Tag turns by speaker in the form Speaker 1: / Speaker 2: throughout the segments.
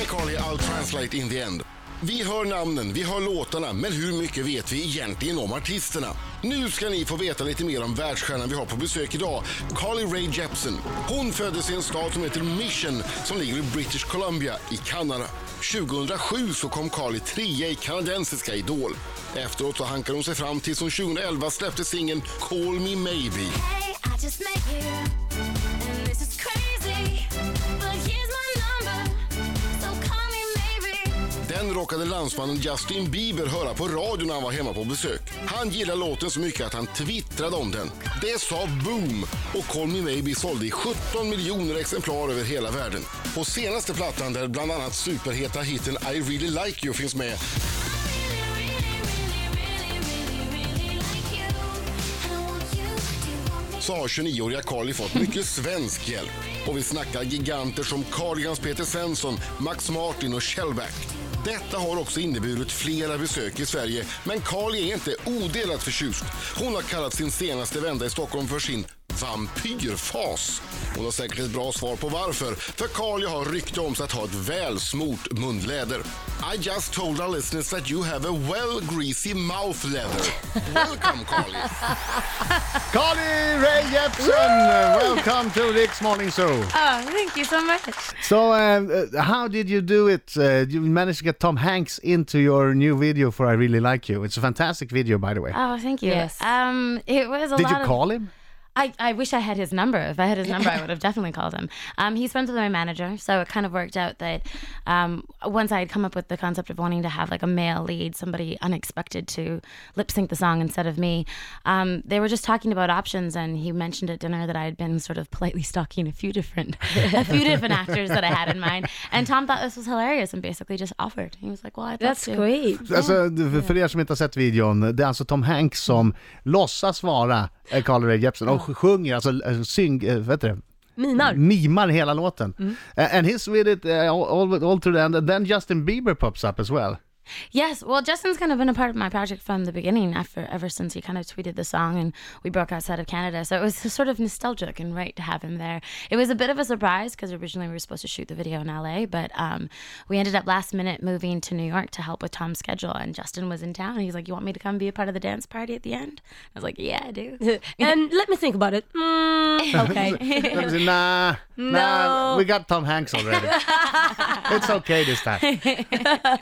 Speaker 1: iCarly, I'll translate in the end. Vi hör namnen, vi hör låtarna, men hur mycket vet vi egentligen om artisterna? Nu ska ni få veta lite mer om världsstjärnan vi har på besök idag, Carly Rae Jepsen. Hon föddes i en stad som heter Mission som ligger i British Columbia i Kanada. 2007 så kom Carly trea i kanadensiska Idol. Efteråt så hankade hon sig fram tills hon 2011 släppte singeln Call Me Maybe.
Speaker 2: Hey, I just met you, and this is crazy. But here's my number, so call me maybe.
Speaker 1: Den råkade landsmannen Justin Bieber höra på radio när han var hemma på besök. Han gillade låten så mycket att han twittrade om den. Det sa boom och Call Me Maybe sålde i 17 miljoner exemplar över hela världen. På senaste plattan där bland annat superheta hiten I Really Like You finns med
Speaker 2: Really, really, really, really, really like you. And I want you, do you want me?
Speaker 1: så har 29-åriga Carly fått mycket svensk hjälp. Och vi snackar giganter som Cardigans Peter Svensson, Max Martin och Shellback. Detta har också inneburit flera besök i Sverige, men Carly är inte odelat förtjust. Hon har kallat sin senaste vända i Stockholm för sin vampyrfas. Hon har säkert ett bra svar på varför, för Carly har rykte om sig att ha ett välsmort munläder. I just told our listeners that you have a well greasy mouth leather. Welcome Carly!
Speaker 3: Carly Rae Jepsen, welcome to Rick's Morning Zoo.
Speaker 4: Oh, thank you so much.
Speaker 3: So, uh, uh, how did you do it? Uh, you managed to get Tom Hanks into your new video for "I Really Like You." It's a fantastic video, by the way.
Speaker 4: Oh, thank you.
Speaker 5: Yes.
Speaker 4: Um, it was a
Speaker 3: did
Speaker 4: lot
Speaker 3: you
Speaker 4: of-
Speaker 3: call him?
Speaker 4: I, I wish I had his number. If I had his number, I would have definitely called him. Um, he's friends with my manager, so it kind of worked out that um, once I had come up with the concept of wanting to have like a male lead, somebody unexpected to lip sync the song instead of me, um, they were just talking about options, and he mentioned at dinner that I had been sort of politely stalking a few different a few different actors that I had in mind, and Tom thought this was hilarious and basically just offered. He was like, "Well, I thought
Speaker 5: That's
Speaker 4: to.
Speaker 5: great.
Speaker 3: Alltså, d- för er som inte har sett videon, det är alltså Tom Hanks som låtsas vara eh, Carly Rae Jepsen och sjunger, alltså eh, syng, eh, vad heter det?
Speaker 5: Minar.
Speaker 3: mimar hela låten. Eh, and he's with it eh, all, all, all through the end, and then Justin Bieber pops up as well.
Speaker 4: Yes, well, Justin's kind of been a part of my project from the beginning. After ever since he kind of tweeted the song and we broke outside of Canada, so it was sort of nostalgic and right to have him there. It was a bit of a surprise because originally we were supposed to shoot the video in LA, but um, we ended up last minute moving to New York to help with Tom's schedule. And Justin was in town. He's like, "You want me to come be a part of the dance party at the end?" I was like, "Yeah, I do."
Speaker 5: And let me think about it. Mm, okay.
Speaker 3: Then we say, nah, nah,
Speaker 5: No.
Speaker 3: we got Tom Hanks already. It's okay this time. I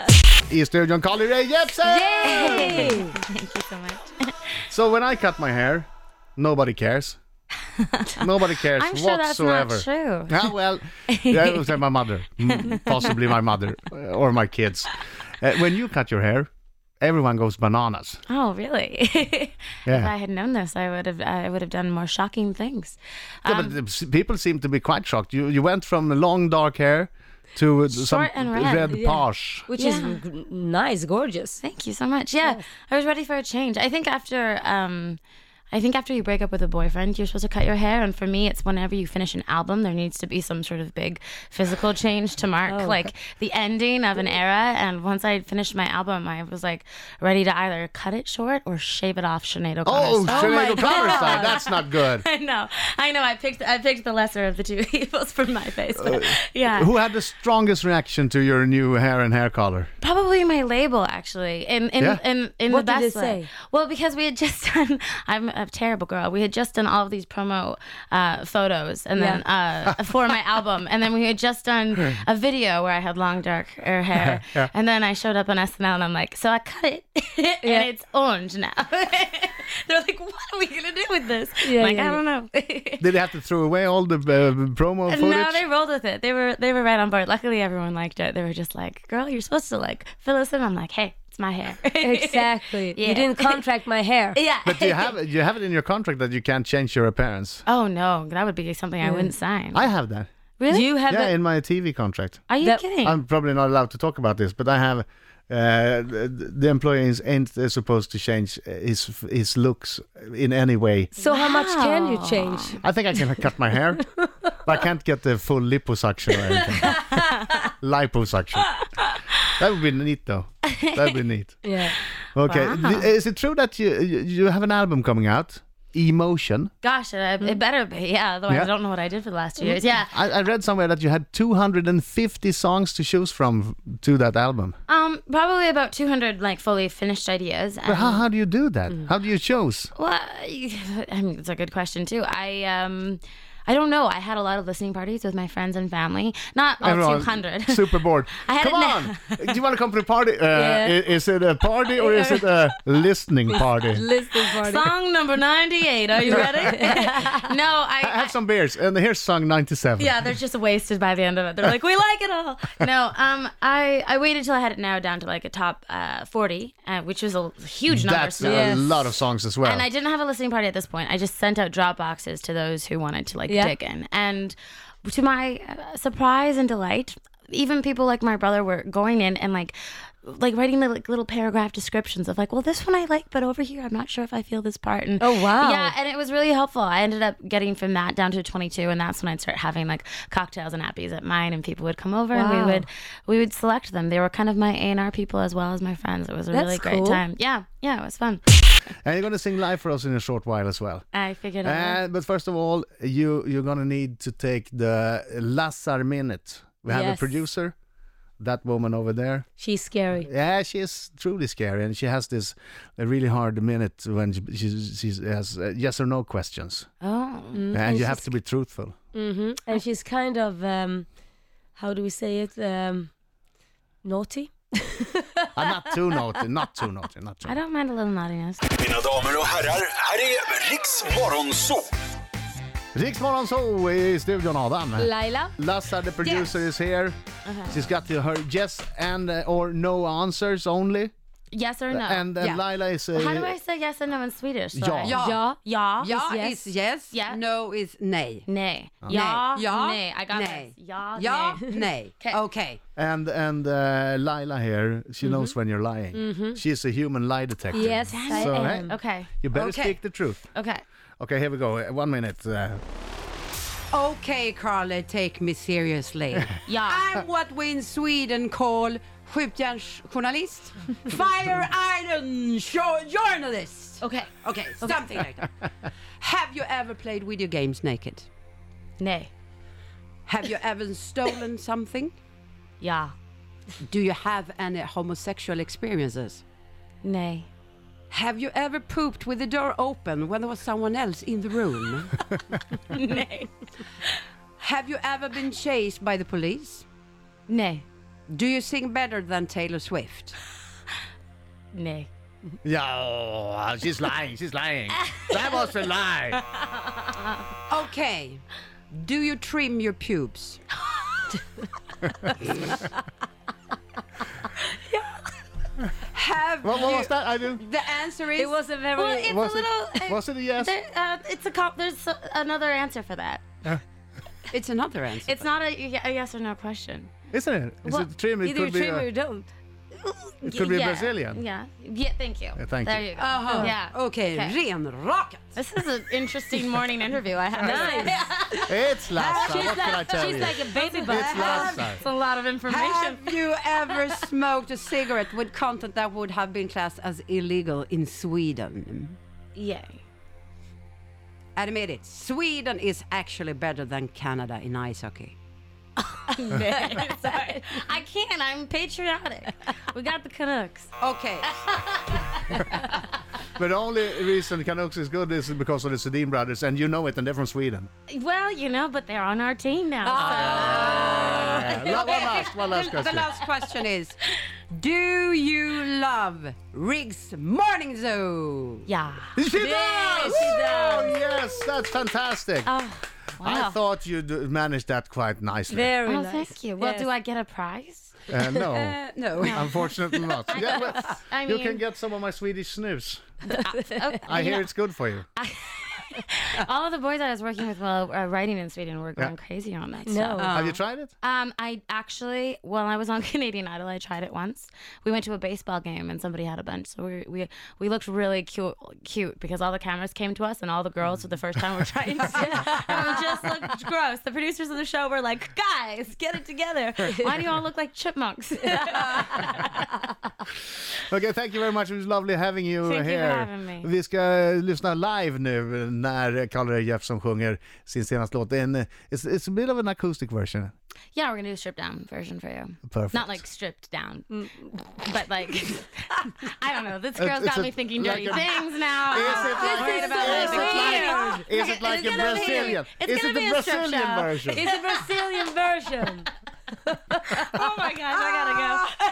Speaker 3: studion Carly Rae Jepsen!
Speaker 5: Yay!
Speaker 4: Thank you so much.
Speaker 3: So when I cut my hair, nobody cares. Nobody cares
Speaker 4: I'm sure that's not
Speaker 3: whatsoever.
Speaker 4: true.
Speaker 3: Ah, well, yeah, it was uh, my mother, Mm, possibly my mother uh, or my kids. Uh, when you cut your hair, everyone goes bananas.
Speaker 4: Oh, really? If
Speaker 3: Yeah.
Speaker 4: I had known this, I would have. I would have done more shocking things.
Speaker 3: Yeah,
Speaker 4: Um,
Speaker 3: but the s- people seem to be quite shocked. You you went from long dark hair to uh, some
Speaker 4: Short and red,
Speaker 5: yeah.
Speaker 3: page.
Speaker 5: Which
Speaker 4: Yeah.
Speaker 5: is g- nice, gorgeous.
Speaker 4: Thank you so much. Yeah, I was ready for a change. I think after um I think after you break up with a boyfriend, you're supposed to cut your hair and for me it's whenever you finish an album there needs to be some sort of big physical change to mark
Speaker 5: Oh.
Speaker 4: like the ending of an era and once I had finished my album I was like ready to either cut it short or shave it off Sinead O'Connor.
Speaker 3: Oh,
Speaker 4: style.
Speaker 3: Sinead O'Connor style. That's not good.
Speaker 4: I know. I know I picked I picked the lesser of the two evils from my face. But yeah.
Speaker 3: Uh, Who had the strongest reaction to your new hair and hair color?
Speaker 4: Probably my label, actually. In in
Speaker 3: Yeah.
Speaker 4: in, in
Speaker 5: What
Speaker 4: the
Speaker 5: did
Speaker 4: best
Speaker 5: they
Speaker 4: way.
Speaker 5: say?
Speaker 4: Well, because we had just done. I'm a terrible girl. We had just done all of these promo uh, photos, and then uh, for my album, and then we had just done a video where I had long dark er, hair, and then I showed up on SNL, and I'm like, so I cut it, and it's orange now. They're like, what are we gonna do with this?
Speaker 5: Yeah,
Speaker 4: I'm like
Speaker 5: yeah,
Speaker 4: I don't know.
Speaker 3: Did they have to throw away all the uh, promo footage?
Speaker 4: No, they rolled with it. They were they were right on board. Luckily, everyone liked it. They were just like, "Girl, you're supposed to like fill us in." I'm like, "Hey, it's my hair."
Speaker 5: Exactly.
Speaker 4: Yeah.
Speaker 5: You didn't contract my hair.
Speaker 4: yeah.
Speaker 3: But do you have it- you have it in your contract that you can't change your appearance?
Speaker 4: oh no, that would be something I wouldn't sign.
Speaker 3: I have that.
Speaker 4: really?
Speaker 5: You have
Speaker 3: Yeah,
Speaker 5: a-
Speaker 3: in my TV contract.
Speaker 4: Are you
Speaker 5: That-
Speaker 4: kidding?
Speaker 3: I'm probably not allowed to talk about this, but I have. Uh, the the employees ain't uh, supposed to change uh, his his looks in any way.
Speaker 5: So how much can you
Speaker 4: Wow.
Speaker 5: change?
Speaker 3: I think I can cut my hair, but I can't get the full liposuction or anything. liposuction. That would be neat, though. That would be neat.
Speaker 5: Yeah.
Speaker 3: Okay,
Speaker 4: Wow.
Speaker 3: Th- is it true that you you you have an album coming out? emotion.
Speaker 4: Gosh, it,
Speaker 5: Mm.
Speaker 4: it better be. Yeah, otherwise
Speaker 3: Yeah.
Speaker 4: I don't know what I did for the last
Speaker 5: Mm-hmm.
Speaker 4: two years. Yeah.
Speaker 3: I, I read somewhere that you had 250 songs to choose from to that album.
Speaker 4: Um, probably about 200 like fully finished ideas.
Speaker 3: But
Speaker 4: And,
Speaker 3: how, how do you do that?
Speaker 4: Mm.
Speaker 3: How do you choose?
Speaker 4: well, I mean, it's a good question too. I um, I don't know. I had a lot of listening parties with my friends and family. Not all
Speaker 3: Everyone
Speaker 4: 200.
Speaker 3: super bored.
Speaker 4: Oh, I had
Speaker 3: Come
Speaker 4: it
Speaker 3: on, do you want to come to a party? Uh,
Speaker 5: Yeah.
Speaker 3: i- Is it a party or is it a listening party?
Speaker 5: Listening party.
Speaker 4: Song number 98. Are you ready? no, I,
Speaker 3: Have some beers, and here's song 97.
Speaker 4: Yeah, they're just wasted by the end of it. They're like, we like it all. No, um, I I waited till I had it now down to like a top uh, forty, uh, which was a huge number.
Speaker 3: That's
Speaker 4: so-
Speaker 5: Yes.
Speaker 3: a lot of songs as well.
Speaker 4: and I didn't have a listening party at this point. I just sent out drop boxes to those who wanted to like
Speaker 5: Yeah.
Speaker 4: dig in. And to my uh, surprise and delight, even people like my brother were going in and like like writing the like, little paragraph descriptions of like, well, this one I like, but over here I'm not sure if I feel this part. And
Speaker 5: Oh, wow.
Speaker 4: yeah, and it was really helpful. I ended up getting from that down to 22, and that's when I'd start having like cocktails and appies at mine, and people would come over and
Speaker 5: Wow.
Speaker 4: we would we would select them. They were kind of my A and R people as well as my friends. It was a
Speaker 5: That's
Speaker 4: really great
Speaker 5: cool.
Speaker 4: time. Yeah, yeah, it was fun.
Speaker 3: And you're gonna sing live for us in a short while as well.
Speaker 4: I figured out.
Speaker 3: Uh, but first of all, you you're gonna need to take the Lazar minute. We have a
Speaker 5: Yes.
Speaker 3: producer, that woman over there.
Speaker 5: She's scary.
Speaker 3: Yeah, she is truly scary, and she has this uh, really hard minute when she she's, she has uh, yes or no questions,
Speaker 4: Oh,
Speaker 3: and you have to be truthful.
Speaker 5: hmm And she's kind of, um, how do we say it? Um, naughty.
Speaker 3: Uh, not too naughty, not too naughty, not too.
Speaker 4: I don't mind a little naughtiness.
Speaker 6: Mina damer och herrar, här är Riks Morgonzoo!
Speaker 3: Riksmorgon så i studion Adam.
Speaker 5: Laila.
Speaker 3: Lasse, the producer, is here.
Speaker 4: Uh-huh.
Speaker 3: She's got to her yes and uh, or no answers only,
Speaker 4: Yes or no?
Speaker 3: and uh,
Speaker 7: Yeah.
Speaker 3: Lila is. Uh,
Speaker 4: How do I say yes and no in Swedish?
Speaker 3: Ja.
Speaker 4: Sorry.
Speaker 7: Ja.
Speaker 5: Ja.
Speaker 4: Ja.
Speaker 7: Ja
Speaker 5: Is
Speaker 7: is yes,
Speaker 4: Ja.
Speaker 7: no is nej.
Speaker 4: Nej. Ja.
Speaker 7: Nej. Ja.
Speaker 4: Nej. I got
Speaker 7: Nej.
Speaker 4: this. Ja.
Speaker 7: Ja,
Speaker 4: Nej.
Speaker 7: nej.
Speaker 4: Okej.
Speaker 7: Okej.
Speaker 3: And and uh, Lila here,
Speaker 4: Mm-hmm.
Speaker 3: she knows when you're lying. She's a human lie detector.
Speaker 5: Yes, I
Speaker 3: so hey,
Speaker 5: am.
Speaker 4: Mm. Okay.
Speaker 3: you better
Speaker 7: Okay.
Speaker 3: speak the truth.
Speaker 4: Okay.
Speaker 3: Okay, here we go. Uh, One minute. Uh,
Speaker 7: Okej Carly, take me seriously.
Speaker 4: Ja.
Speaker 7: I'm what we in Sweden call skjutjärnsjournalist, fire iron show journalist.
Speaker 4: Okay.
Speaker 7: Okay, something like that. Have you ever played video games naked?
Speaker 4: Nej.
Speaker 7: Have you ever stolen something?
Speaker 4: Ja.
Speaker 7: Do you have any homosexual experiences?
Speaker 4: Nej.
Speaker 7: Have you ever pooped with the door open when there was someone else in the room?
Speaker 4: Nej.
Speaker 7: Have you ever been chased by the police?
Speaker 4: Nej.
Speaker 7: Do you sing better than Taylor Swift?
Speaker 4: Nej.
Speaker 3: yeah, oh, she's lying. She's lying. that was a lie.
Speaker 7: Okay. Do you trim your pubes? Have
Speaker 3: What, what
Speaker 7: you-
Speaker 3: was that? I didn't.
Speaker 7: The answer is
Speaker 5: It was a very.
Speaker 4: Well, it's
Speaker 3: Was
Speaker 4: a
Speaker 3: it-
Speaker 4: little. uh,
Speaker 3: was it a yes?
Speaker 4: There, uh, it's a cop. There's uh, another answer for that.
Speaker 7: it's another answer.
Speaker 4: It's not a, y- a yes or no question.
Speaker 3: Isn't it? Is
Speaker 4: Well,
Speaker 3: it trim? It
Speaker 5: either you
Speaker 3: could be. uh,
Speaker 5: trim or you
Speaker 3: A,
Speaker 5: don't.
Speaker 3: it could be a Brazilian.
Speaker 4: Yeah. Yeah. Thank you.
Speaker 3: Yeah, thank
Speaker 4: there
Speaker 3: you.
Speaker 4: you go.
Speaker 7: Uh-huh.
Speaker 4: Yeah.
Speaker 7: Okay, renrakat.
Speaker 4: This is an interesting morning interview. I have. Nice.
Speaker 3: It's Lassa. What can I tell
Speaker 5: She's
Speaker 3: you?
Speaker 5: like a baby
Speaker 3: it's
Speaker 5: bus.
Speaker 3: Lassa.
Speaker 4: It's a lot of information.
Speaker 7: Have you ever smoked a cigarette with content that would have been classed as illegal in Sweden?
Speaker 4: Yeah.
Speaker 7: Admit it, Sweden is actually better than Canada in ice hockey.
Speaker 4: Sorry. I can't. I'm patriotic. We got the Canucks.
Speaker 7: Okay,
Speaker 3: But the only reason Canucks is good is because of the Sedin brothers, and you know it, and they're from Sweden.
Speaker 4: Well, you know, but they're on our team now.
Speaker 3: Yeah, one last, one last
Speaker 7: the
Speaker 3: question.
Speaker 7: last question is
Speaker 5: Oh.
Speaker 7: Do you love Riggs Morning
Speaker 4: so-
Speaker 7: Zoo?
Speaker 4: Yeah.
Speaker 3: She
Speaker 5: Yeah,
Speaker 3: does!
Speaker 5: she
Speaker 3: Woo!
Speaker 5: does.
Speaker 3: Yes, that's fantastic.
Speaker 4: Oh, wow.
Speaker 3: I thought you d- managed that quite nicely.
Speaker 5: Very
Speaker 4: Oh,
Speaker 5: nice.
Speaker 4: thank you. Well,
Speaker 5: Yes.
Speaker 4: do I get a prize?
Speaker 3: Uh, no,
Speaker 7: No.
Speaker 3: unfortunately not. Yeah, but
Speaker 4: I
Speaker 3: you can
Speaker 4: mean,
Speaker 3: get some of my Swedish snus.
Speaker 4: oh,
Speaker 3: I
Speaker 4: you
Speaker 3: hear
Speaker 4: know,
Speaker 3: it's good for you.
Speaker 4: all of the boys I was working with while uh, writing in Sweden were going crazy on that.
Speaker 5: No.
Speaker 4: stuff.
Speaker 3: Have you tried it?
Speaker 4: Um, I actually, while I was on Canadian Idol, I tried it once. We went to a baseball game and somebody had a bunch, so we we, we looked really cute, cute because all the cameras came to us and all the girls for the first time were trying to. and we just looked gross. The producers of the show were like, "Guys, get it together! Why do you all look like chipmunks?"
Speaker 3: Okay, thank you very much. It was lovely having you
Speaker 4: Thank you for
Speaker 3: here.
Speaker 4: having me.
Speaker 3: Vi ska eh, lyssna live nu när Karl Jeppsson sjunger sin senaste låt. Det är En, eh, it's, it's a bit of an acoustic version.
Speaker 4: Yeah, we're gonna do a stripped down version for you.
Speaker 3: Perfect.
Speaker 4: Not like stripped down, but like I don't know. This girl's
Speaker 3: It's
Speaker 4: got
Speaker 3: a-
Speaker 4: me thinking
Speaker 3: like
Speaker 4: dirty
Speaker 3: a-
Speaker 4: things now.
Speaker 3: Is it
Speaker 4: I'm
Speaker 3: like-
Speaker 4: worried about
Speaker 3: is it
Speaker 4: living
Speaker 3: like-
Speaker 4: here.
Speaker 3: Is it like
Speaker 4: it's
Speaker 3: a
Speaker 4: gonna be-
Speaker 3: Brazilian?
Speaker 4: it's
Speaker 3: Is
Speaker 4: gonna
Speaker 3: it the
Speaker 4: be a strip
Speaker 3: Brazilian
Speaker 4: show.
Speaker 3: version?
Speaker 5: It's a Brazilian version.
Speaker 4: Oh my gosh, I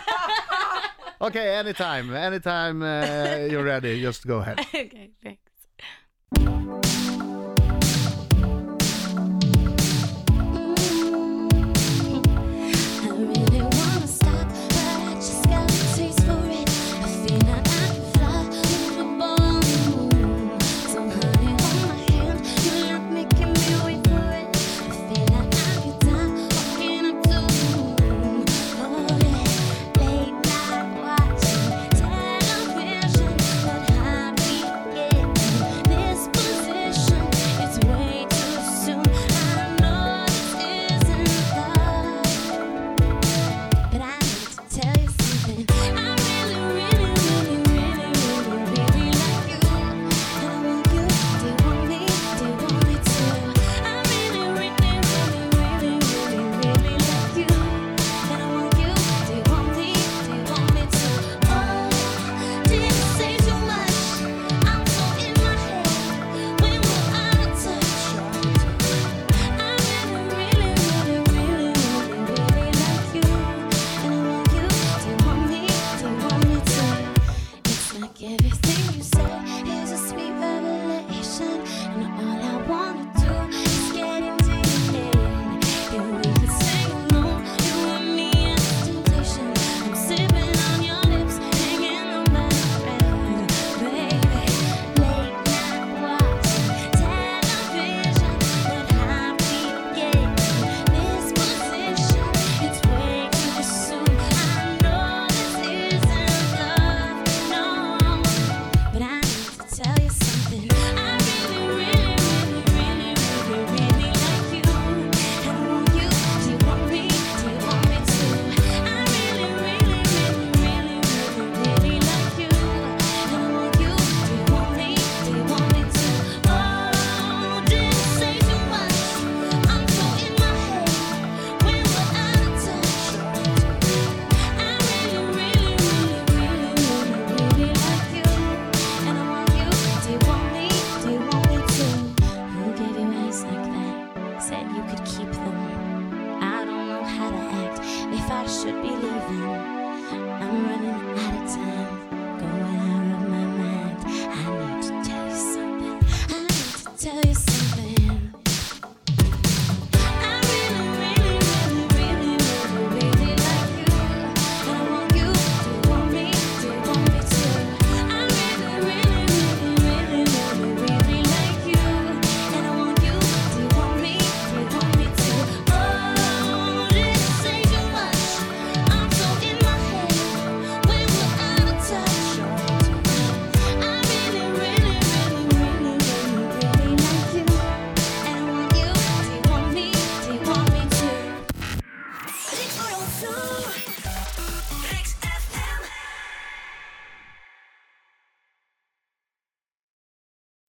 Speaker 3: Okay, anytime, anytime uh, you're ready, just go ahead.
Speaker 4: gotta go. okay, thanks.
Speaker 2: I really wanna stop, but I just got a taste for it. I feel like I can fly with a ball. So honey, hold my hand, you look making me wait for it. I feel like I could die walking up to Oh yeah, late night watching television, but how we get this position? It's way too soon. I know this isn't love. But I need to tell you something. I really, really, really, really, really, really like you. And I want you. Do you want me? Do you want me to? I really, really, really, really, really, really like you. And I want you. Do you want me? Do you want me to? Oh, did I say too much? I'm so in my head. When will I touch you? I really, really, really, really, really like you, and I want you. Do you want me? Do you want me to? It's like everything you say is a sweet revelation, and all I wanna do is get into your head. And we can sing along, you and me and temptation. I'm sipping on your lips, hanging on my breath, baby. Late night watching television, but how we get this position? It's way too soon. I know this isn't love, no. But I need to tell you something. I really, really, really, really, really, really like you. And I want you. Do you want me? Do you want me to? I really, really, really, really, really, really like you. And I want you. Do you want me? Do you want me to? Oh, did I say too much? I'm so in my head. When will I touch you? I really, really, really, really, really, really like you. And I want you. Do you want me? Do you want me to? Who gave you eyes like that? Said you could keep them. I don't know how to act. If I should be leaving, I'm running out of time. Going out of my mind. I need to tell you something. I need to tell you something. I really, really, really, really, really, really like you. And I want you. Do you want me? Do you want me to? I really, really, really, really, really, really like you. And I want you. Do you want me? Do you want me to? Oh, this ain't too much. I'm so in my head. When will I touch you? I really, really, really, really, really, really like you. And I want you. Do you want me? Do you want me to?